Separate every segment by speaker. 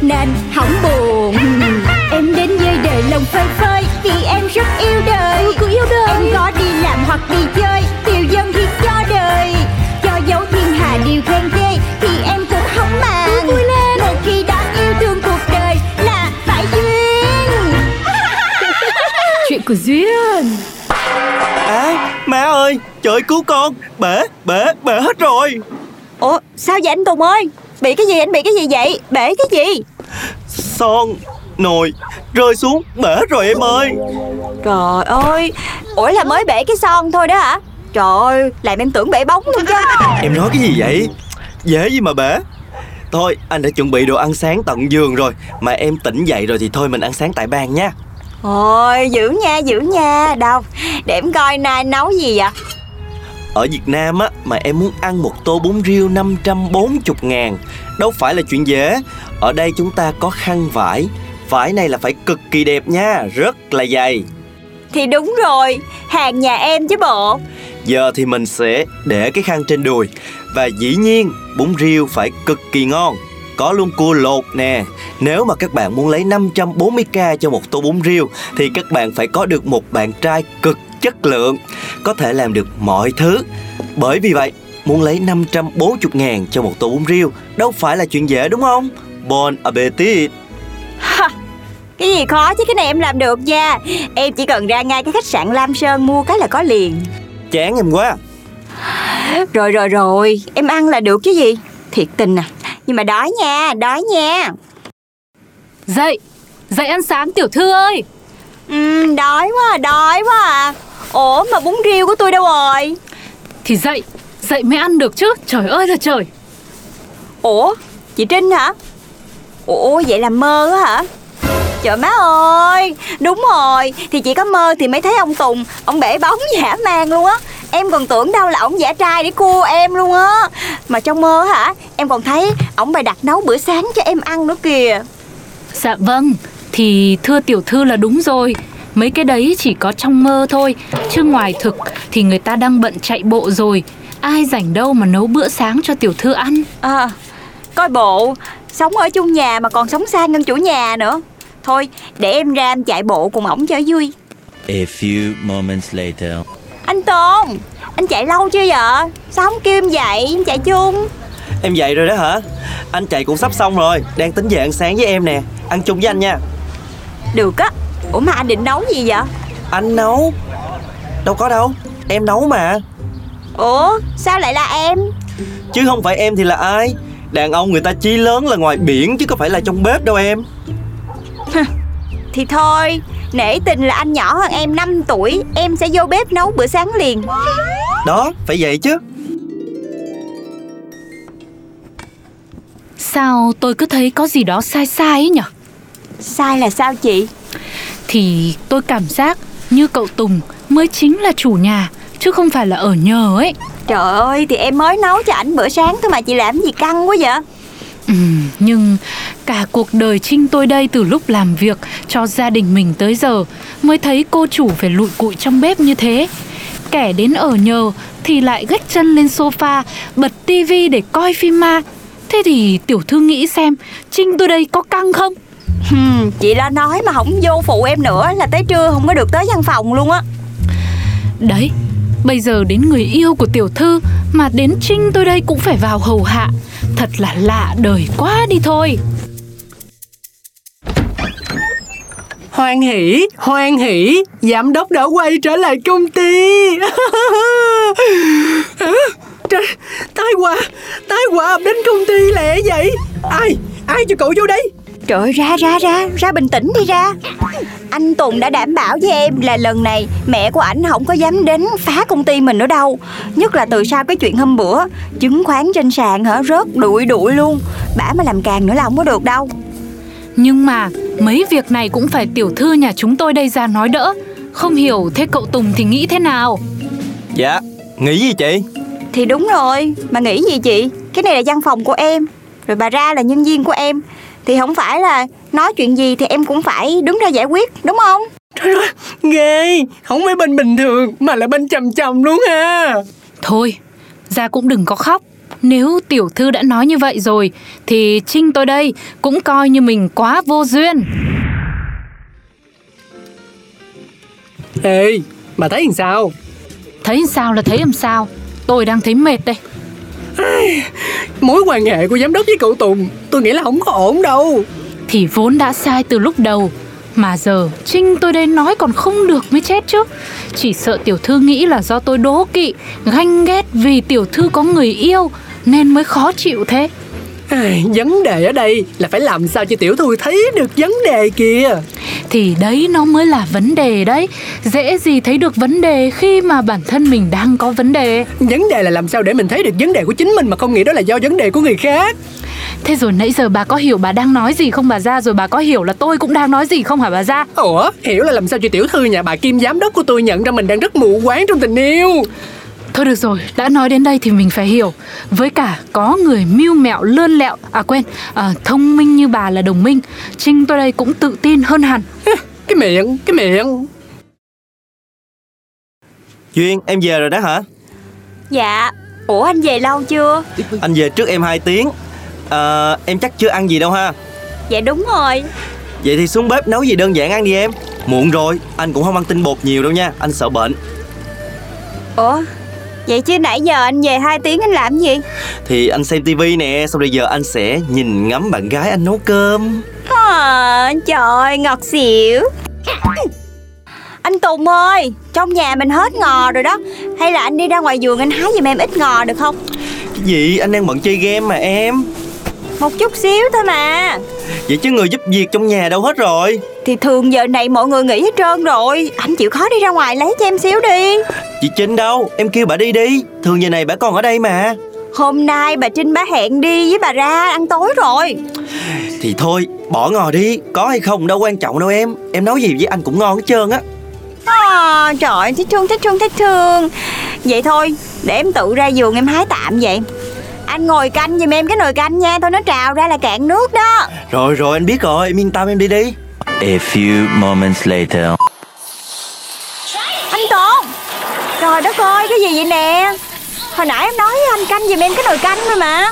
Speaker 1: Nên hỏng buồn Em đến với đời lòng phơi phới Vì em rất yêu đời
Speaker 2: cứ yêu đời.
Speaker 1: Em có đi làm hoặc đi chơi Tiêu dân thì cho đời Cho dấu thiên hà điều khen ghê Thì em cũng không màng vui lên Một khi đã yêu thương cuộc đời Là phải duyên
Speaker 2: Chuyện của Duyên
Speaker 3: À, má ơi, trời ơi, cứu con Bể, bể, bể hết rồi
Speaker 1: Ủa sao vậy anh Tùng ơi Bị cái gì anh bị cái gì vậy Bể cái gì
Speaker 3: Son, nồi, rơi xuống Bể hết rồi em ơi
Speaker 1: Trời ơi Ủa là mới bể cái son thôi đó hả Trời ơi làm em tưởng bể bóng luôn chứ
Speaker 3: Em nói cái gì vậy? Dễ gì mà bể Thôi, anh đã chuẩn bị đồ ăn sáng tận giường rồi Mà em tỉnh dậy rồi thì thôi mình ăn sáng tại bàn nha
Speaker 1: Ôi giữ nha giữ nha Đâu để em coi nay anh nấu gì vậy
Speaker 3: Ở Việt Nam á, mà em muốn ăn một tô bún riêu 540 ngàn Đâu phải là chuyện dễ Ở đây chúng ta có khăn vải Vải này là phải cực kỳ đẹp nha Rất là dày
Speaker 1: Thì đúng rồi Hàng nhà em chứ bộ
Speaker 3: Giờ thì mình sẽ để cái khăn trên đùi Và dĩ nhiên bún riêu phải cực kỳ ngon Có luôn cua lột nè Nếu mà các bạn muốn lấy 540k cho một tô bún riêu Thì các bạn phải có được một bạn trai cực chất lượng Có thể làm được mọi thứ Bởi vì vậy muốn lấy 540 ngàn cho một tô bún riêu Đâu phải là chuyện dễ đúng không? Bon appetit
Speaker 1: Cái gì khó chứ cái này em làm được nha Em chỉ cần ra ngay cái khách sạn Lam Sơn Mua cái là có liền
Speaker 3: Chán em quá
Speaker 1: Rồi rồi rồi Em ăn là được chứ gì Thiệt tình à Nhưng mà đói nha Đói nha
Speaker 2: Dậy Dậy ăn sáng tiểu thư ơi
Speaker 1: Ừ, đói quá à, đói quá à Ủa mà bún riêu của tôi đâu rồi
Speaker 2: Thì dậy Dậy mới ăn được chứ Trời ơi là trời
Speaker 1: Ủa chị Trinh hả Ủa vậy là mơ á hả Trời má ơi Đúng rồi Thì chỉ có mơ thì mới thấy ông Tùng Ông bể bóng giả man luôn á Em còn tưởng đâu là ông giả trai để cua em luôn á Mà trong mơ hả Em còn thấy ông bày đặt nấu bữa sáng cho em ăn nữa kìa
Speaker 2: Dạ vâng Thì thưa tiểu thư là đúng rồi Mấy cái đấy chỉ có trong mơ thôi Chứ ngoài thực thì người ta đang bận chạy bộ rồi Ai rảnh đâu mà nấu bữa sáng cho tiểu thư ăn
Speaker 1: À, coi bộ Sống ở chung nhà mà còn sống xa ngân chủ nhà nữa Thôi để em ra em chạy bộ cùng ổng cho vui
Speaker 4: A few moments later.
Speaker 1: Anh Tôn Anh chạy lâu chưa vậy Sao không kêu em dậy Em chạy chung
Speaker 3: Em dậy rồi đó hả? Anh chạy cũng sắp xong rồi Đang tính về ăn sáng với em nè Ăn chung với anh nha
Speaker 1: Được á Ủa mà anh định nấu gì vậy
Speaker 3: Anh nấu Đâu có đâu Em nấu mà
Speaker 1: Ủa sao lại là em
Speaker 3: Chứ không phải em thì là ai Đàn ông người ta chí lớn là ngoài biển Chứ có phải là trong bếp đâu em
Speaker 1: Thì thôi Nể tình là anh nhỏ hơn em 5 tuổi Em sẽ vô bếp nấu bữa sáng liền
Speaker 3: Đó phải vậy chứ
Speaker 2: Sao tôi cứ thấy có gì đó sai sai ấy nhở
Speaker 1: Sai là sao chị
Speaker 2: Thì tôi cảm giác như cậu Tùng mới chính là chủ nhà Chứ không phải là ở nhờ ấy
Speaker 1: Trời ơi thì em mới nấu cho ảnh bữa sáng thôi mà chị làm gì căng quá vậy
Speaker 2: Ừm, Ừ, nhưng cả cuộc đời trinh tôi đây từ lúc làm việc cho gia đình mình tới giờ mới thấy cô chủ phải lụi cụi trong bếp như thế. Kẻ đến ở nhờ thì lại gách chân lên sofa, bật tivi để coi phim ma. Thế thì tiểu thư nghĩ xem, trinh tôi đây có căng không?
Speaker 1: Hmm, Chị đã nói mà không vô phụ em nữa Là tới trưa không có được tới văn phòng luôn á
Speaker 2: Đấy, bây giờ đến người yêu của tiểu thư mà đến trinh tôi đây cũng phải vào hầu hạ. Thật là lạ đời quá đi thôi.
Speaker 5: Hoan hỷ, hoan hỷ, giám đốc đã quay trở lại công ty. Hả? Trời, tái hòa, tái hòa đến công ty lẹ vậy? Ai, ai cho cậu vô đây?
Speaker 1: Trời ơi, ra ra ra, ra bình tĩnh đi ra Anh Tùng đã đảm bảo với em là lần này mẹ của ảnh không có dám đến phá công ty mình nữa đâu Nhất là từ sau cái chuyện hôm bữa Chứng khoán trên sàn hả rớt đụi đụi luôn Bả mà làm càng nữa là không có được đâu
Speaker 2: Nhưng mà mấy việc này cũng phải tiểu thư nhà chúng tôi đây ra nói đỡ Không hiểu thế cậu Tùng thì nghĩ thế nào
Speaker 3: Dạ Nghĩ gì chị
Speaker 1: Thì đúng rồi Mà nghĩ gì chị Cái này là văn phòng của em Rồi bà ra là nhân viên của em Thì không phải là Nói chuyện gì thì em cũng phải đứng ra giải quyết Đúng không
Speaker 5: Ghê Không phải bên bình thường Mà là bên chầm chầm luôn ha
Speaker 2: Thôi ra cũng đừng có khóc Nếu tiểu thư đã nói như vậy rồi Thì Trinh tôi đây cũng coi như mình quá vô duyên
Speaker 5: Ê Bà thấy làm sao
Speaker 2: Thấy sao là thấy làm sao Tôi đang thấy mệt đây
Speaker 5: Mối quan hệ của giám đốc với cậu Tùng Tôi nghĩ là không có ổn đâu
Speaker 2: Thì vốn đã sai từ lúc đầu Mà giờ Trinh tôi đây nói còn không được mới chết chứ Chỉ sợ tiểu thư nghĩ là do tôi đố kỵ Ganh ghét vì tiểu thư có người yêu Nên mới khó chịu thế
Speaker 5: Ai, Vấn đề ở đây là phải làm sao cho tiểu thư thấy được vấn đề kìa
Speaker 2: Thì đấy nó mới là vấn đề đấy Dễ gì thấy được vấn đề khi mà bản thân mình đang có vấn đề
Speaker 5: Vấn đề là làm sao để mình thấy được vấn đề của chính mình Mà không nghĩ đó là do vấn đề của người khác
Speaker 2: Thế rồi nãy giờ bà có hiểu bà đang nói gì không bà ra Rồi bà có hiểu là tôi cũng đang nói gì không hả bà ra
Speaker 5: Ủa hiểu là làm sao cho tiểu thư nhà bà Kim giám đốc của tôi nhận ra mình đang rất mù quáng trong tình yêu
Speaker 2: Thôi được rồi, đã nói đến đây thì mình phải hiểu Với cả có người mưu mẹo lươn lẹo À quên, à, thông minh như bà là đồng minh Trinh tôi đây cũng tự tin hơn hẳn
Speaker 5: Cái miệng, cái miệng
Speaker 3: Duyên em về rồi đó hả
Speaker 1: Dạ Ủa anh về lâu chưa
Speaker 3: Anh về trước em 2 tiếng Ờ em chắc chưa ăn gì đâu ha
Speaker 1: Dạ đúng rồi
Speaker 3: Vậy thì xuống bếp nấu gì đơn giản ăn đi em Muộn rồi Anh cũng không ăn tinh bột nhiều đâu nha Anh sợ bệnh
Speaker 1: Ủa Vậy chứ nãy giờ anh về hai tiếng anh làm gì
Speaker 3: Thì anh xem tivi nè Xong rồi giờ anh sẽ nhìn ngắm bạn gái anh nấu cơm
Speaker 1: à, Trời ơi, ngọt xỉu Anh Tùng ơi Trong nhà mình hết ngò rồi đó Hay là anh đi ra ngoài vườn anh hái giùm em ít ngò được không
Speaker 3: Cái gì anh đang bận chơi game mà em
Speaker 1: Một chút xíu thôi mà
Speaker 3: Vậy chứ người giúp việc trong nhà đâu hết rồi
Speaker 1: Thì thường giờ này mọi người nghỉ hết trơn rồi Anh chịu khó đi ra ngoài lấy cho em xíu đi
Speaker 3: Chị Trinh đâu Em kêu bà đi đi Thường giờ này bà còn ở đây mà
Speaker 1: Hôm nay bà Trinh bà hẹn đi với bà ra ăn tối rồi
Speaker 3: Thì thôi bỏ ngò đi Có hay không đâu quan trọng đâu em Em nấu gì với anh cũng ngon hết trơn á
Speaker 1: à, Trời ơi, thích thương thích thương thích thương Vậy thôi để em tự ra vườn em hái tạm vậy Anh ngồi canh giùm em cái nồi canh nha Thôi nó trào ra là cạn nước đó
Speaker 3: Rồi rồi anh biết rồi Em yên tâm em đi đi
Speaker 4: A few moments later.
Speaker 1: Anh Tôn Trời đất ơi cái gì vậy nè Hồi nãy em nói anh canh giùm em cái nồi canh thôi mà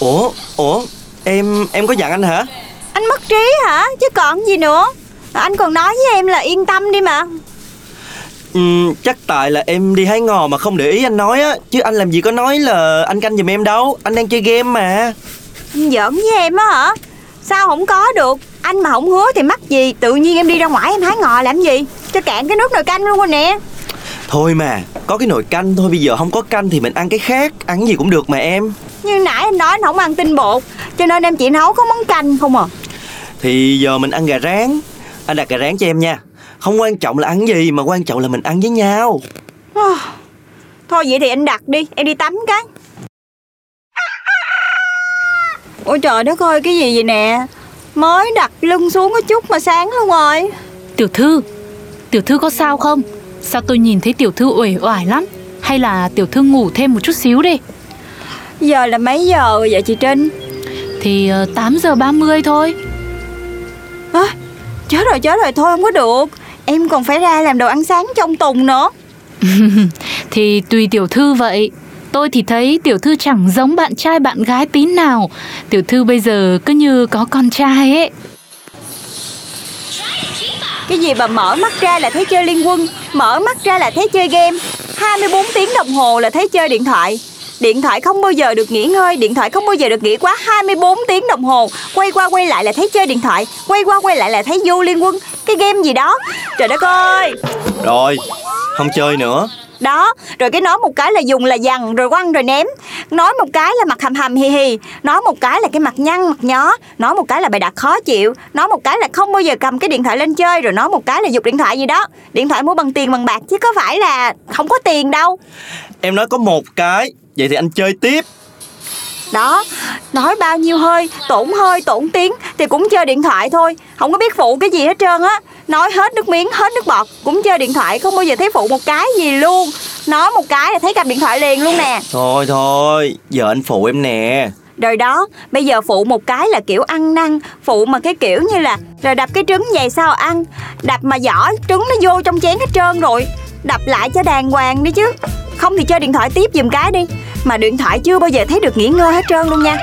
Speaker 3: Ủa Ủa Em em có dặn anh hả
Speaker 1: Anh mất trí hả chứ còn gì nữa Anh còn nói với em là yên tâm đi mà
Speaker 3: Ừm, Ừ, chắc tại là em đi hái ngò mà không để ý anh nói á Chứ anh làm gì có nói là anh canh giùm em đâu Anh đang chơi game mà
Speaker 1: Anh giỡn với em á hả Sao không có được Anh mà không hứa thì mắc gì Tự nhiên em đi ra ngoài em hái ngò làm gì Cho cạn cái nước nồi canh luôn rồi nè
Speaker 3: Thôi mà, có cái nồi canh thôi Bây giờ không có canh thì mình ăn cái khác Ăn cái gì cũng được mà em
Speaker 1: Nhưng nãy anh nói anh không ăn tinh bột Cho nên em chỉ nấu có món canh không à
Speaker 3: Thì giờ mình ăn gà rán Anh đặt gà rán cho em nha Không quan trọng là ăn gì mà quan trọng là mình ăn với nhau
Speaker 1: Thôi vậy thì anh đặt đi, em đi tắm cái Ôi trời đất ơi, cái gì vậy nè Mới đặt lưng xuống có chút mà sáng luôn rồi
Speaker 2: Tiểu thư, tiểu thư có sao không? Sao tôi nhìn thấy tiểu thư uể oải lắm Hay là tiểu thư ngủ thêm một chút xíu đi
Speaker 1: Giờ là mấy giờ rồi vậy chị Trinh
Speaker 2: Thì ờ, 8 giờ 30 thôi
Speaker 1: Hả? Chết rồi chết rồi, thôi không có được Em còn phải ra làm đồ ăn sáng trong Tùng nữa
Speaker 2: Thì tùy tiểu thư vậy Tôi thì thấy tiểu thư chẳng giống bạn trai bạn gái tí nào Tiểu thư bây giờ cứ như có con trai ấy
Speaker 1: Cái gì mà mở mắt ra là thấy chơi liên quân Mở mắt ra là thấy chơi game 24 tiếng đồng hồ là thấy chơi điện thoại Điện thoại không bao giờ được nghỉ ngơi Điện thoại không bao giờ được nghỉ quá 24 tiếng đồng hồ Quay qua quay lại là thấy chơi điện thoại Quay qua quay lại là thấy vô liên quân Cái game gì đó Trời đất ơi
Speaker 3: Rồi, không chơi nữa
Speaker 1: Đó Rồi cái nói một cái là dùng là dằn Rồi quăng rồi ném Nói một cái là mặt hầm hầm hì hì Nói một cái là cái mặt nhăn mặt nhó Nói một cái là bài đặt khó chịu Nói một cái là không bao giờ cầm cái điện thoại lên chơi Rồi nói một cái là dục điện thoại gì đó Điện thoại mua bằng tiền bằng bạc Chứ có phải là không có tiền đâu
Speaker 3: Em nói có một cái Vậy thì anh chơi tiếp
Speaker 1: Đó, nói bao nhiêu hơi, tổn hơi, tổn tiếng thì cũng chơi điện thoại thôi Không có biết phụ cái gì hết trơn á Nói hết nước miếng, hết nước bọt Cũng chơi điện thoại, không bao giờ thấy phụ một cái gì luôn Nói một cái là thấy cầm điện thoại liền luôn nè
Speaker 3: Thôi thôi, giờ anh phụ em nè
Speaker 1: Rồi đó, bây giờ phụ một cái là kiểu ăn năn Phụ mà cái kiểu như là Rồi đập cái trứng vậy sao ăn Đập mà giỏ, trứng nó vô trong chén hết trơn rồi Đập lại cho đàng hoàng đi chứ Không thì chơi điện thoại tiếp giùm cái đi Mà điện thoại chưa bao giờ thấy được nghỉ ngơi hết trơn luôn nha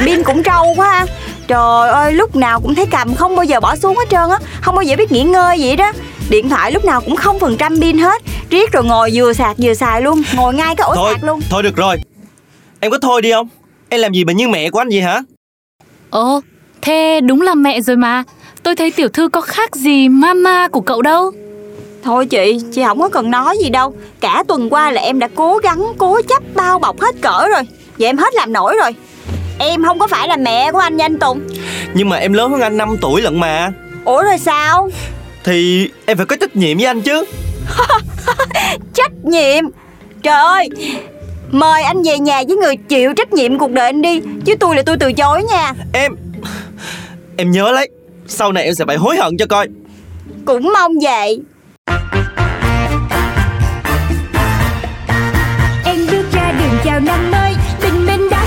Speaker 1: Pin cũng trâu quá ha Trời ơi, lúc nào cũng thấy cầm không bao giờ bỏ xuống hết trơn á Không bao giờ biết nghỉ ngơi vậy đó Điện thoại lúc nào cũng không phần trăm pin hết Riết rồi ngồi vừa sạc vừa xài luôn Ngồi ngay cái ổ
Speaker 3: Thôi,
Speaker 1: sạc luôn
Speaker 3: thôi được rồi Em có thôi đi không? Em làm gì mà như mẹ của anh vậy hả?
Speaker 2: Ồ, thế đúng là mẹ rồi mà. Tôi thấy tiểu thư có khác gì mama của cậu đâu.
Speaker 1: Thôi chị, chị không có cần nói gì đâu Cả tuần qua là em đã cố gắng, cố chấp bao bọc hết cỡ rồi Vậy em hết làm nổi rồi Em không có phải là mẹ của anh nha anh Tùng
Speaker 3: Nhưng mà em lớn hơn anh 5 tuổi lận mà
Speaker 1: Ủa rồi sao?
Speaker 3: Thì em phải có trách nhiệm với anh chứ
Speaker 1: Trách nhiệm Trời ơi Mời anh về nhà với người chịu trách nhiệm cuộc đời anh đi Chứ tôi là tôi từ chối nha
Speaker 3: Em... Em nhớ lấy Sau này em sẽ phải hối hận cho coi
Speaker 1: Cũng mong vậy Em bước ra đường chào năm mới Tình mình đã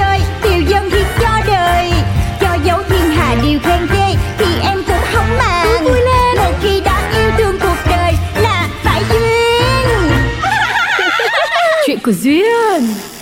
Speaker 1: chơi Tiêu dân thì cho đời Cho dấu thiên hà điều khen ghê Thì em cũng không màng vui lên Một khi đã yêu thương cuộc đời Là phải duyên
Speaker 2: Chuyện của duyên.